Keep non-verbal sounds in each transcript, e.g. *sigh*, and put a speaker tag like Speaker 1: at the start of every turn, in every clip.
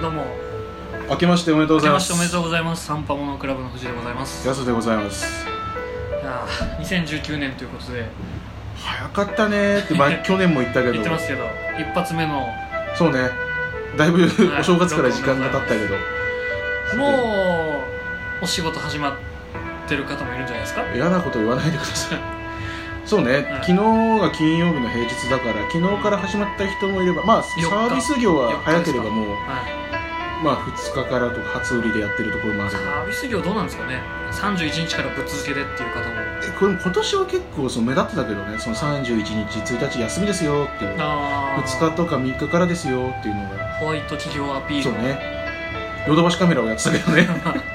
Speaker 1: どうも
Speaker 2: 明けましておめでとう
Speaker 1: 明
Speaker 2: ご
Speaker 1: け
Speaker 2: ざいま
Speaker 1: まし
Speaker 2: す
Speaker 1: ておめでとうございますサンパモノクラブの藤でございますい
Speaker 2: 安でございます
Speaker 1: やー2019年ということで
Speaker 2: 早かったねーって *laughs* 前去年も言ったけど
Speaker 1: 言ってますけど一発目のも
Speaker 2: そうねだいぶ
Speaker 1: い
Speaker 2: お正月から時間が経ったけど
Speaker 1: うお仕事始まってる方もいるんじゃないですか
Speaker 2: 嫌なこと言わないでくださいそうね、
Speaker 1: ん
Speaker 2: 昨日が金曜日の平日だから昨日から始まった人もいればまあサ
Speaker 1: 日
Speaker 2: ービス業は早ければ
Speaker 1: 四日
Speaker 2: もう
Speaker 1: はい
Speaker 2: まあ2日からとか初売りでやってるところもあれ
Speaker 1: サ
Speaker 2: ば
Speaker 1: ービス業どうなんですかね31日からぶっ続けでっていう方も
Speaker 2: えこれ今年は結構その目立ってたけどねその31日1日休みですよっていう2
Speaker 1: あ
Speaker 2: 日とか3日からですよっていうのが
Speaker 1: あホワイト企業アピー
Speaker 2: そう
Speaker 1: ル、
Speaker 2: ねヨドバシカメラをやってたけどね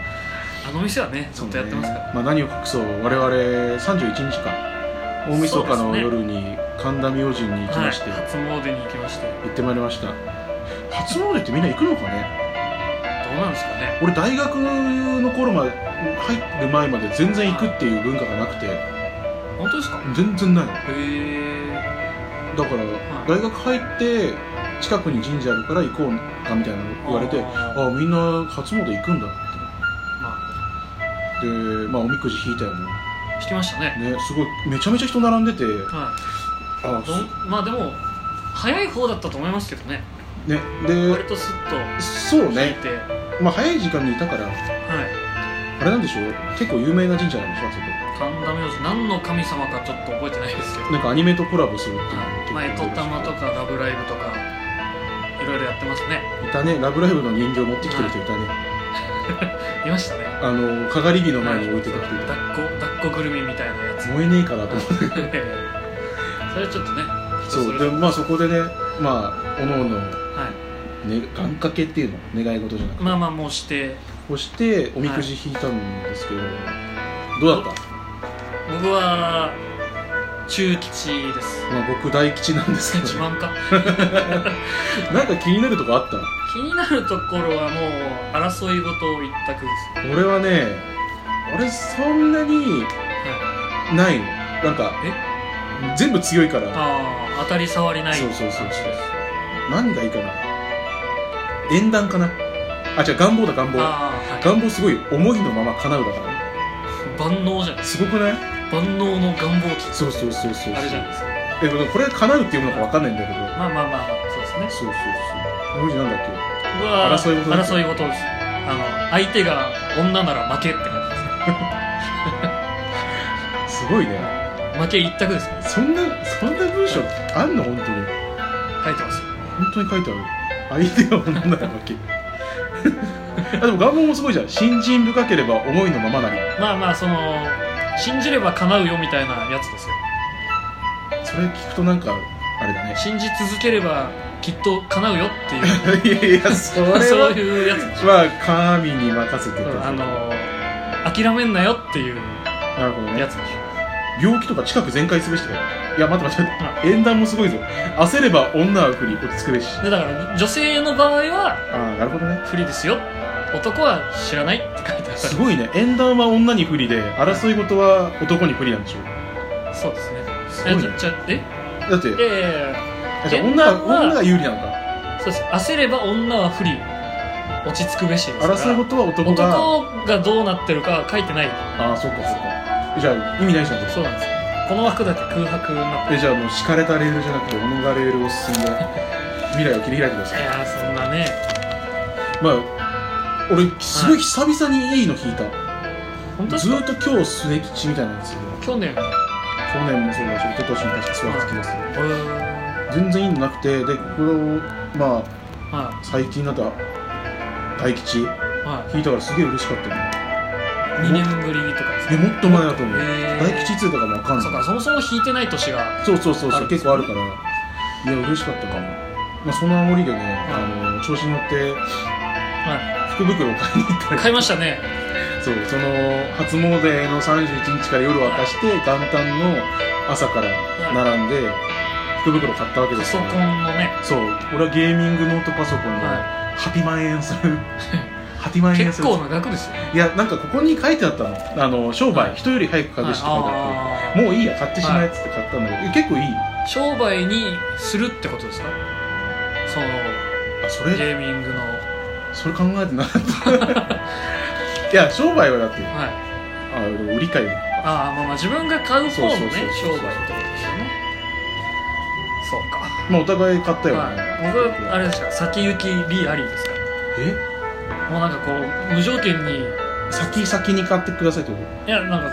Speaker 1: *laughs* あの店はねずっとやってますから、
Speaker 2: そうねまあ、何を隠そう我々31日か大晦日
Speaker 1: そう
Speaker 2: の
Speaker 1: ですね
Speaker 2: 夜に神田明神に行き
Speaker 1: はい
Speaker 2: まして、
Speaker 1: 初詣に行きましてど
Speaker 2: 行ってまいりました初詣ってみんな行くのかね
Speaker 1: うなんですかね
Speaker 2: 俺大学の頃まで入る前まで全然行くっていう文化がなくて
Speaker 1: 本当ですかへ
Speaker 2: 全然ないの
Speaker 1: え
Speaker 2: だから大学入って近くに神社あるから行こうかみたいなの言われて
Speaker 1: あ
Speaker 2: ああみんな初詣行くんだ
Speaker 1: ま
Speaker 2: ってでまあおみくじ引いたよね
Speaker 1: あ引きましたね
Speaker 2: ねすごいめちゃめちゃ人並んでて
Speaker 1: は
Speaker 2: あ
Speaker 1: いどんまあでも早い方だったと思いますけどね
Speaker 2: ねで
Speaker 1: 割とスッと
Speaker 2: そう
Speaker 1: 引い
Speaker 2: ね
Speaker 1: て、
Speaker 2: まあ早い時間にいたから
Speaker 1: はい
Speaker 2: あれなんでしょう結構有名な神社なんでしょあそ
Speaker 1: 神田明神何の神様かちょっと覚えてないですけど
Speaker 2: こなんかアニメとコラボするっていう
Speaker 1: はいまあ「
Speaker 2: の
Speaker 1: えとたま」とか「ラブライブ」とかいろいろやってますね
Speaker 2: いたね「ラブライブ!」の人形持ってきてる人いたね、
Speaker 1: いましたね
Speaker 2: あのかがり火の前に置いてた人いた、
Speaker 1: 抱っこ抱っこぐるみみたいなやつ
Speaker 2: 燃えねえかなと思って
Speaker 1: *laughs* それちょっとね人
Speaker 2: そ
Speaker 1: れ
Speaker 2: う
Speaker 1: ぞ
Speaker 2: で
Speaker 1: れ
Speaker 2: まあそこでねまあおのおの
Speaker 1: はい
Speaker 2: ね願掛けっていうの願い事じゃなくて
Speaker 1: まあまあもうして
Speaker 2: そしておみくじ引いたんですけど、どうだった、
Speaker 1: 僕は中吉
Speaker 2: *laughs*
Speaker 1: です
Speaker 2: まあ、僕大吉なんですけ
Speaker 1: 自
Speaker 2: ど、
Speaker 1: 慢か
Speaker 2: *laughs* なんか気になるとこあった
Speaker 1: 気になるところはもう争い事を一択です、
Speaker 2: 俺はね俺そんなに
Speaker 1: はい、
Speaker 2: ないのなんか全部強いから
Speaker 1: ああ当たり障りない
Speaker 2: そうそうそう
Speaker 1: 感じです
Speaker 2: そう何がいいかな縁談かなあ違う願望だ願望
Speaker 1: ああ、はい、
Speaker 2: 願望すごい思いのまま叶うだから
Speaker 1: 万能じゃない
Speaker 2: すごくない
Speaker 1: 万能の願望期
Speaker 2: そうそうそうそう
Speaker 1: あれじゃないですか
Speaker 2: えでもこれが叶うっていうのか分かんないんだけど
Speaker 1: まあまあまあそうですね
Speaker 2: そうそうそう無理なんだっけ
Speaker 1: 僕は
Speaker 2: 争い事です
Speaker 1: 争い事ですあの相手が女なら負けって感じですね
Speaker 2: すごいね
Speaker 1: 負け一択ですね
Speaker 2: そんなそんな文章あんの本当に
Speaker 1: 書いてます
Speaker 2: 本当に書いてある相手が女なわけ *laughs* あでも願望もすごいじゃん信心深ければ思いのままなり
Speaker 1: まあまあその信じれば叶うよみたいなやつですよ
Speaker 2: それ聞くとなんかあれだね
Speaker 1: 信じ続ければきっと叶うよっていう
Speaker 2: *laughs* いやいやそれは
Speaker 1: そういうやつ
Speaker 2: まあ神に任せてくださ
Speaker 1: あ
Speaker 2: い
Speaker 1: の諦めんなよっていう
Speaker 2: なるほど
Speaker 1: や
Speaker 2: ね
Speaker 1: つでしょ
Speaker 2: 病気とか近く全開すべしだよいや待って待って待って縁談もすごいぞ焦れば女は不利落ち着くべし
Speaker 1: でだから女性の場合は
Speaker 2: ああなるほどね
Speaker 1: 不利ですよ男は知らないって書いてある
Speaker 2: すごいね縁談は女に不利で争い事は男に不利なんでしょ
Speaker 1: そうですね
Speaker 2: すご
Speaker 1: え
Speaker 2: い
Speaker 1: じ
Speaker 2: ね
Speaker 1: ゃじゃえ
Speaker 2: だって
Speaker 1: いやいやいや
Speaker 2: あじゃあ
Speaker 1: 縁
Speaker 2: 女
Speaker 1: 談は
Speaker 2: は女が有利なのか
Speaker 1: そうです焦れば女は不利落ち着くべしですから
Speaker 2: 争い事は男が
Speaker 1: 男がどうなってるかは書いてない
Speaker 2: ああそっかそっかじゃあ意味ないじゃん
Speaker 1: そうなんですよこの枠だけ空白になってる
Speaker 2: えじゃあもう敷かれたレールじゃなくて己がレールを進んで未来を切り開いてくださ
Speaker 1: い
Speaker 2: い
Speaker 1: やーそんなね
Speaker 2: まあ俺すごい久々にいいの引いた、
Speaker 1: 本当です
Speaker 2: ず
Speaker 1: か
Speaker 2: ーっと今日すね吉みたいなんですよ
Speaker 1: 去年
Speaker 2: 去年もそうだし一昨年も確かそうだった気がする
Speaker 1: うーん
Speaker 2: 全然いいのなくてでこれをまあ
Speaker 1: は
Speaker 2: 最近だと大吉
Speaker 1: いは
Speaker 2: 引いたからすげえ嬉しかったね
Speaker 1: い2年ぶりとかです
Speaker 2: いや
Speaker 1: ね
Speaker 2: もっと前だと思う、
Speaker 1: へー
Speaker 2: 大吉いつとかもわかん
Speaker 1: そう
Speaker 2: ない
Speaker 1: かそもそも引いてない年が
Speaker 2: そうそうそう
Speaker 1: あ
Speaker 2: そ
Speaker 1: る
Speaker 2: うん
Speaker 1: ですね
Speaker 2: 結構あるからいや嬉しかったかも、まあ、そのありでね、あの調子に乗って
Speaker 1: は
Speaker 2: 福袋を買いに行った
Speaker 1: い
Speaker 2: り
Speaker 1: 買いましたね
Speaker 2: そうその初詣の31日から夜を明かして元旦の朝から並んで福袋買ったわけで
Speaker 1: パ
Speaker 2: す
Speaker 1: ソ
Speaker 2: よ
Speaker 1: コンのね
Speaker 2: そう俺はゲーミングノートパソコンの
Speaker 1: は
Speaker 2: 8万円す
Speaker 1: *laughs*
Speaker 2: る8万円
Speaker 1: 結
Speaker 2: する
Speaker 1: 構な額ですよね
Speaker 2: いやなんかここに書いてあったのあの商売、
Speaker 1: はい
Speaker 2: 人より早く買うしって書いてあ
Speaker 1: あ
Speaker 2: ってもういいや買ってしまえっつって買ったんだけど、え結構いい
Speaker 1: ー商売にするってことですかその
Speaker 2: あそれ
Speaker 1: ゲーミングの
Speaker 2: それ考えてなかった
Speaker 1: *laughs*
Speaker 2: いや商売はだって
Speaker 1: はい
Speaker 2: あ売り買いだから
Speaker 1: ああまあまあ自分が買う方のね
Speaker 2: そ
Speaker 1: 商
Speaker 2: うそうそう
Speaker 1: 売っ
Speaker 2: そう
Speaker 1: てことですよねそうか
Speaker 2: まあお互い買ったよね、
Speaker 1: はい、僕はあれですから先行き利ありですから
Speaker 2: え
Speaker 1: もうなんかこう無条件に
Speaker 2: 先先に買ってくださいってこと
Speaker 1: いやなんか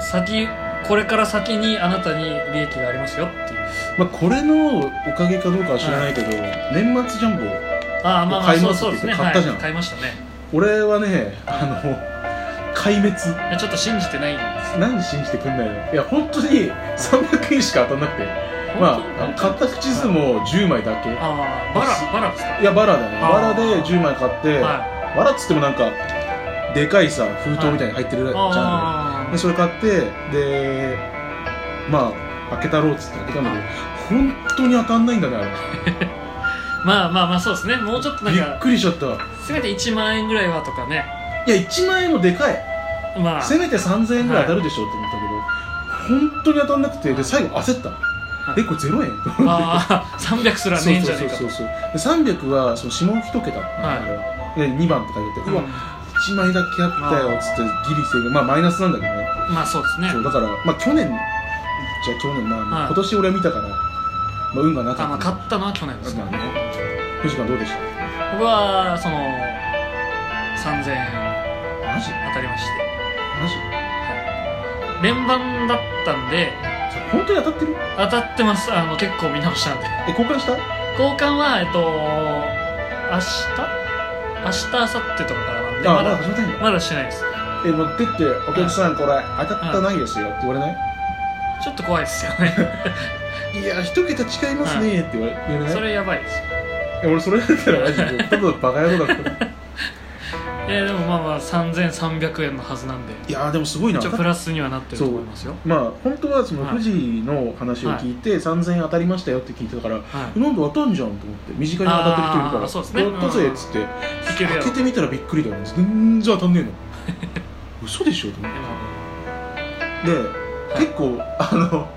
Speaker 1: 先これから先にあなたに利益がありますよっていう
Speaker 2: まあ、これのおかげかどうかは知らないけど、年末ジャンボ
Speaker 1: ああまあまあ
Speaker 2: 買い
Speaker 1: そ
Speaker 2: ま
Speaker 1: う
Speaker 2: す
Speaker 1: そうですね
Speaker 2: って言って買ったじゃん
Speaker 1: はい、買いましたね
Speaker 2: 俺はねあの壊滅
Speaker 1: いやちょっと信じてないんです
Speaker 2: 何で信じてくんないのいや本当に300円しか当たんなくてまああの買った口数も10枚だけい
Speaker 1: ああバラバラですか
Speaker 2: やバラだね
Speaker 1: あー
Speaker 2: バラで10枚買って、
Speaker 1: は
Speaker 2: バラっつってもなんかでかいさ封筒みたいに入ってる
Speaker 1: い
Speaker 2: じゃん、
Speaker 1: あ
Speaker 2: でそれ買ってでまあ開けたろうっつって開けたんだけど本当に当たんないんだねあ
Speaker 1: あまあまあまあそうですねもうちょっとな
Speaker 2: れ
Speaker 1: ん
Speaker 2: びっ
Speaker 1: か
Speaker 2: くりしちゃった
Speaker 1: せめて1万円ぐらいはとかね
Speaker 2: いや1万円もでかい
Speaker 1: まあ
Speaker 2: せめて3000円ぐらい当たるでしょって思ったけど、本当に当たんなくてで最後焦った、
Speaker 1: い
Speaker 2: えこれ0円と思って
Speaker 1: あ *laughs* あ300すらねえんじゃねえか
Speaker 2: そ
Speaker 1: と
Speaker 2: うそうそうで300はその下一桁
Speaker 1: は
Speaker 2: で2番って書いてて、うわ1枚だけあったよっつってギリセーブまあマイナスなんだけどね
Speaker 1: うんまあそうですね
Speaker 2: そうだからまあ去年じゃあ去年まあ、
Speaker 1: はい
Speaker 2: 今年俺は見たから、まあ、運がな
Speaker 1: あ
Speaker 2: か
Speaker 1: まあ
Speaker 2: った
Speaker 1: 買ったのは去年です
Speaker 2: ま
Speaker 1: か
Speaker 2: あ
Speaker 1: ら
Speaker 2: ね
Speaker 1: ね
Speaker 2: 藤川どうでした
Speaker 1: 僕はその3000円
Speaker 2: マジ
Speaker 1: 当たりまして
Speaker 2: マジ
Speaker 1: 連番だったんで
Speaker 2: それ本当に当たってる
Speaker 1: 当たってますあの結構見直したんで
Speaker 2: え交換した
Speaker 1: 交換はえっと明日明日明後日とかからなんで
Speaker 2: あ
Speaker 1: ま
Speaker 2: まだ
Speaker 1: だ
Speaker 2: 始まってんだ、
Speaker 1: まだしてないです
Speaker 2: え持ってって「お客さんこれ当たったないですよ」って言われない
Speaker 1: ちょっと怖いですよね
Speaker 2: いや、一桁違います *laughs* ねって言われ言われ
Speaker 1: そ
Speaker 2: ない
Speaker 1: れやばいですよ
Speaker 2: いや俺それだったらマジで、ただのバカ野郎だった。
Speaker 1: *laughs* えーでもまあまあ3300円のはずなんで
Speaker 2: いやーでもすごいな。
Speaker 1: 一応プラスにはなってると思いますよ
Speaker 2: まあ、本当はその
Speaker 1: はい
Speaker 2: 富士の話を聞いて、3000円当たりましたよって聞いてたから、
Speaker 1: はい
Speaker 2: なんで当たんじゃんと思って、身近に当たってる人いるから、
Speaker 1: あーそうですね
Speaker 2: やったぜっつって、
Speaker 1: いけるやろ
Speaker 2: 開けてみたらびっくりだよね。全然当たんね
Speaker 1: *laughs*
Speaker 2: えの。嘘でしょと思っ
Speaker 1: でも
Speaker 2: て。で、結構、あの、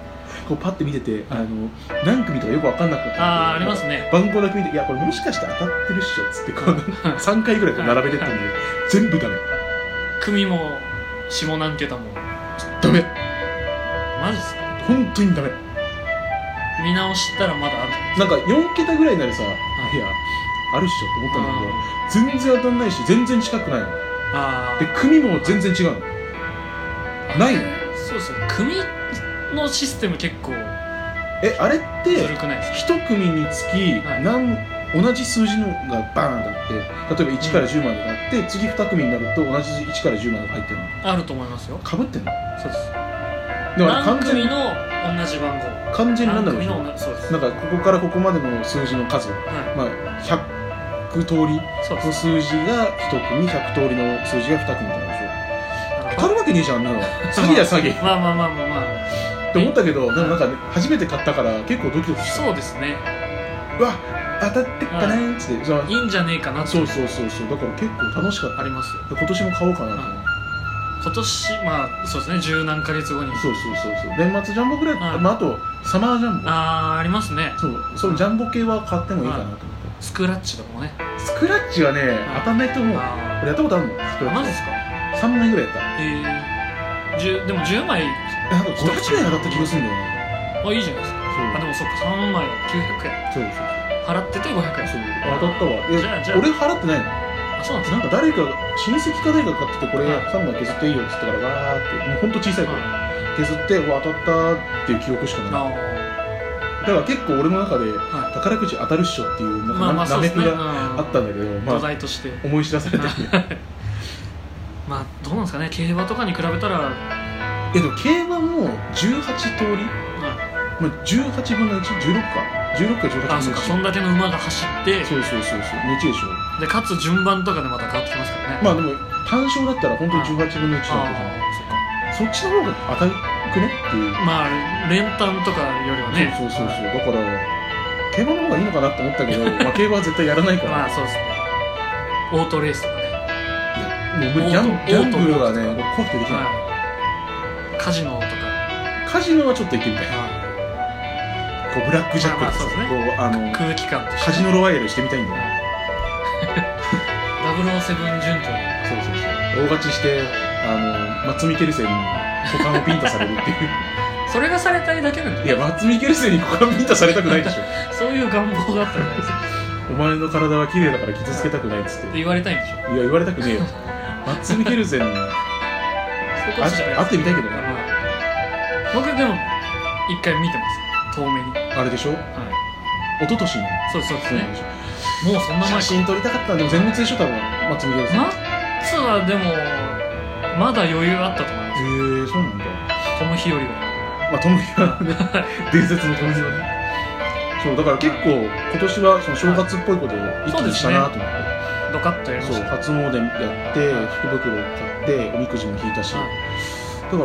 Speaker 2: こうパッて見てて、あの、何組とかよくわかんなくなって。
Speaker 1: ああありますね
Speaker 2: 番号だけ見て「いやこれもしかして当たってるっしょ」っつってこう3回ぐらいこう並べてったんで全部ダメ
Speaker 1: *laughs* 組も下何桁も
Speaker 2: ダメ
Speaker 1: マジっすか
Speaker 2: 本当にダメ
Speaker 1: 見直したらまだある
Speaker 2: なんか4桁ぐらいになるさ「いやあるっしょ」って思ったんだけど全然当たんないし全然近くないの
Speaker 1: あ
Speaker 2: で組も全然違うの
Speaker 1: あ
Speaker 2: ないの
Speaker 1: そうそう組のシステム結構
Speaker 2: えあれっ
Speaker 1: ずる
Speaker 2: て
Speaker 1: くないですか
Speaker 2: 1組につき
Speaker 1: はい
Speaker 2: 何同じ数字のがバーンってあって例えば1から10までがあって次2組になると同じ1から10までが入ってるの
Speaker 1: あると思いますよ
Speaker 2: かぶってんの
Speaker 1: そうです
Speaker 2: でもあ
Speaker 1: 何
Speaker 2: れ完全
Speaker 1: 組
Speaker 2: に
Speaker 1: の同じ番号
Speaker 2: 完全に
Speaker 1: 何
Speaker 2: 何だろう
Speaker 1: 組の同じそうです
Speaker 2: なんかここからここまでの数字の数
Speaker 1: は
Speaker 2: まあ、100通り
Speaker 1: いそうで
Speaker 2: の
Speaker 1: す
Speaker 2: 数字が1組100通りの数字が2組なんでしょ
Speaker 1: なん
Speaker 2: 当た
Speaker 1: か
Speaker 2: るわけねえじゃんあん *laughs* なの詐欺だよ詐欺
Speaker 1: まあまあまあまあまあ
Speaker 2: って思ったけどでもなんか、ね、初めて買ったから結構ドキドキした
Speaker 1: そうですね
Speaker 2: うわ当たってったねーっつって、そう
Speaker 1: いいんじゃねえかな
Speaker 2: そ
Speaker 1: と
Speaker 2: うそうそうそうだから結構楽しかっ
Speaker 1: ありますよ
Speaker 2: た今年も買おうかなと思って
Speaker 1: 今年まあそうですね十何ヶ月後に
Speaker 2: そうそうそうそう年末ジャンボぐらい、
Speaker 1: はい
Speaker 2: まあ、あとサマージャンボ
Speaker 1: ああありますね
Speaker 2: そうそのジャンボ系は買ってもいいかなと思って、
Speaker 1: スクラッチとかもね
Speaker 2: スクラッチはね当たんないと思う
Speaker 1: あ
Speaker 2: 俺やったことあるのスク
Speaker 1: あ
Speaker 2: ラ
Speaker 1: マ
Speaker 2: ッ
Speaker 1: ジ
Speaker 2: チ
Speaker 1: ですか
Speaker 2: 3枚ぐらいやった
Speaker 1: ええ10でも10枚
Speaker 2: えなんか500ぐらい当たった気がするんだよね
Speaker 1: あいいじゃないですか
Speaker 2: そう
Speaker 1: あでもそっか3枚900円
Speaker 2: そうそうそう
Speaker 1: 払ってて500円
Speaker 2: そうあ当たったわえ
Speaker 1: じゃあじゃあ
Speaker 2: 俺払ってないの
Speaker 1: あそうなんです
Speaker 2: なんか誰か親戚か誰かが買ってきてこれ
Speaker 1: はい
Speaker 2: 3枚削っていいよっつったからわーってもうほんと小さい
Speaker 1: か
Speaker 2: 頃
Speaker 1: あ
Speaker 2: 削ってうわ当たったーっていう記憶しかないだから結構俺の中で
Speaker 1: あはい
Speaker 2: 宝くじ当たるっしょっていうなんか
Speaker 1: まあまあそ
Speaker 2: な
Speaker 1: うです
Speaker 2: め
Speaker 1: ね、
Speaker 2: く
Speaker 1: うん
Speaker 2: があったんだけどま
Speaker 1: 土
Speaker 2: あ
Speaker 1: 台として
Speaker 2: 思い知らされ
Speaker 1: *laughs*
Speaker 2: たい
Speaker 1: まあどうなんですかね競馬とかに比べたら、うん
Speaker 2: やでも競馬も18通り、まあ、18分の116か16か18
Speaker 1: あそっ
Speaker 2: 分の
Speaker 1: か
Speaker 2: 1
Speaker 1: そんだけの馬が走って
Speaker 2: そうそうそうそう1でしょ
Speaker 1: で勝つ順番とかでまた変わってきますからね
Speaker 2: まあでも単勝だったら本当に18分の1だったじゃん
Speaker 1: あそっか
Speaker 2: そっちの方が当たるくねっていう、
Speaker 1: まあ連単とかよりはね
Speaker 2: そうそうそうそうだから競馬の方がいいのかなって思ったけど、 *laughs* まあ、競馬は絶対やらないから、
Speaker 1: まあそうですねオートレースとかね、
Speaker 2: もう無理ギャンギャンブルはね俺怖くてできない、
Speaker 1: はい、カジノとか
Speaker 2: カジノはちょっと行ってみたいこうブラックジャック
Speaker 1: まあまあそうですね
Speaker 2: こうあの
Speaker 1: 空気感として *laughs*
Speaker 2: カジノロワイヤルしてみたいんだよ
Speaker 1: 007順調に
Speaker 2: そうそうそう大勝ちしてあの松見ケルセンに股間をピンタされるって *laughs* いう
Speaker 1: それがされたいだけなんだ
Speaker 2: いや松見ケルセンに股間ピンタされたくないでしょ
Speaker 1: そういう願望があったんじゃないですか
Speaker 2: お前の体は綺麗だから傷つけたくないっつ *laughs* って
Speaker 1: っ
Speaker 2: い
Speaker 1: て言われたいんでしょ
Speaker 2: や言われたくねえよ松見ケルセンに
Speaker 1: そういうことじゃない
Speaker 2: あ会ってみたいけどな
Speaker 1: はい僕でも一回見てます遠目に
Speaker 2: あれでしょ
Speaker 1: はい
Speaker 2: 一昨年の
Speaker 1: そうそうです
Speaker 2: そうなん
Speaker 1: ね
Speaker 2: でしょ
Speaker 1: もうそんな前
Speaker 2: 写
Speaker 1: か
Speaker 2: 真撮りたかったんでも全滅でしょ多分松見ケルセンへ
Speaker 1: マッツはでもまだ余裕あったと思います
Speaker 2: えー、そうなんだ
Speaker 1: トム・ヒヨリは
Speaker 2: まあ、トムヒはね、伝説のトムヒはね。
Speaker 1: *laughs*
Speaker 2: そう、だから結構、今年はその正月っぽいことを一気にしたなと思っ
Speaker 1: ドカッとや
Speaker 2: て。
Speaker 1: り
Speaker 2: そ
Speaker 1: ま
Speaker 2: う,、
Speaker 1: した
Speaker 2: 初詣やって、福袋買って、おみくじも引いたし、だ
Speaker 1: は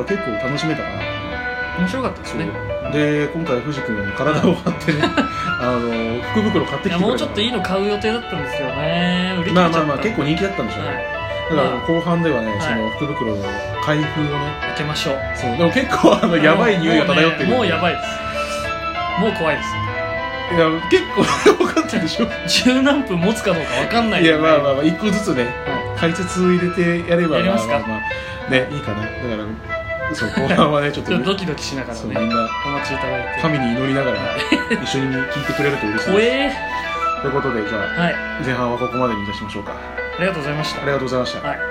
Speaker 2: から結構楽しめたかな。
Speaker 1: い面白かったです
Speaker 2: そう。
Speaker 1: ね
Speaker 2: で、今回、藤君に体を張ってね、 *laughs* あの、福袋買って
Speaker 1: い
Speaker 2: きて
Speaker 1: や
Speaker 2: くれた
Speaker 1: もうちょっといいの買う予定だったんですよね売り切れち
Speaker 2: ま
Speaker 1: ゃ
Speaker 2: あ
Speaker 1: った
Speaker 2: まあまあ、結構人気だったんでしょうね。だから、
Speaker 1: まあ
Speaker 2: 後半ではね、
Speaker 1: い
Speaker 2: その福袋の開封をね、
Speaker 1: 開けましょう
Speaker 2: そう。でも結構、あの、やばい匂いが漂ってる。
Speaker 1: もう,、もうや
Speaker 2: い。
Speaker 1: ばいですもう怖いで
Speaker 2: いや、結構、分かってるでしょ。
Speaker 1: す十何分持つかどうかわかんない
Speaker 2: いやまあまあ
Speaker 1: あ
Speaker 2: まあ一個ずつね、解説入れてやれば
Speaker 1: やりますか
Speaker 2: あまあねいいかなだからそう後半
Speaker 1: *laughs*
Speaker 2: はねちょっと
Speaker 1: ちょっと
Speaker 2: ね
Speaker 1: ドキドキしながら
Speaker 2: そう
Speaker 1: ね
Speaker 2: みんな
Speaker 1: お待ちいただいて
Speaker 2: 神に祈りな
Speaker 1: *laughs*
Speaker 2: がら一緒に聞いてくれると嬉しい
Speaker 1: 怖
Speaker 2: です
Speaker 1: え
Speaker 2: ということでじゃ
Speaker 1: ーはい
Speaker 2: あ前半はここまでにいたしましょうかあ
Speaker 1: ありがとうございました
Speaker 2: りがとうございました
Speaker 1: はい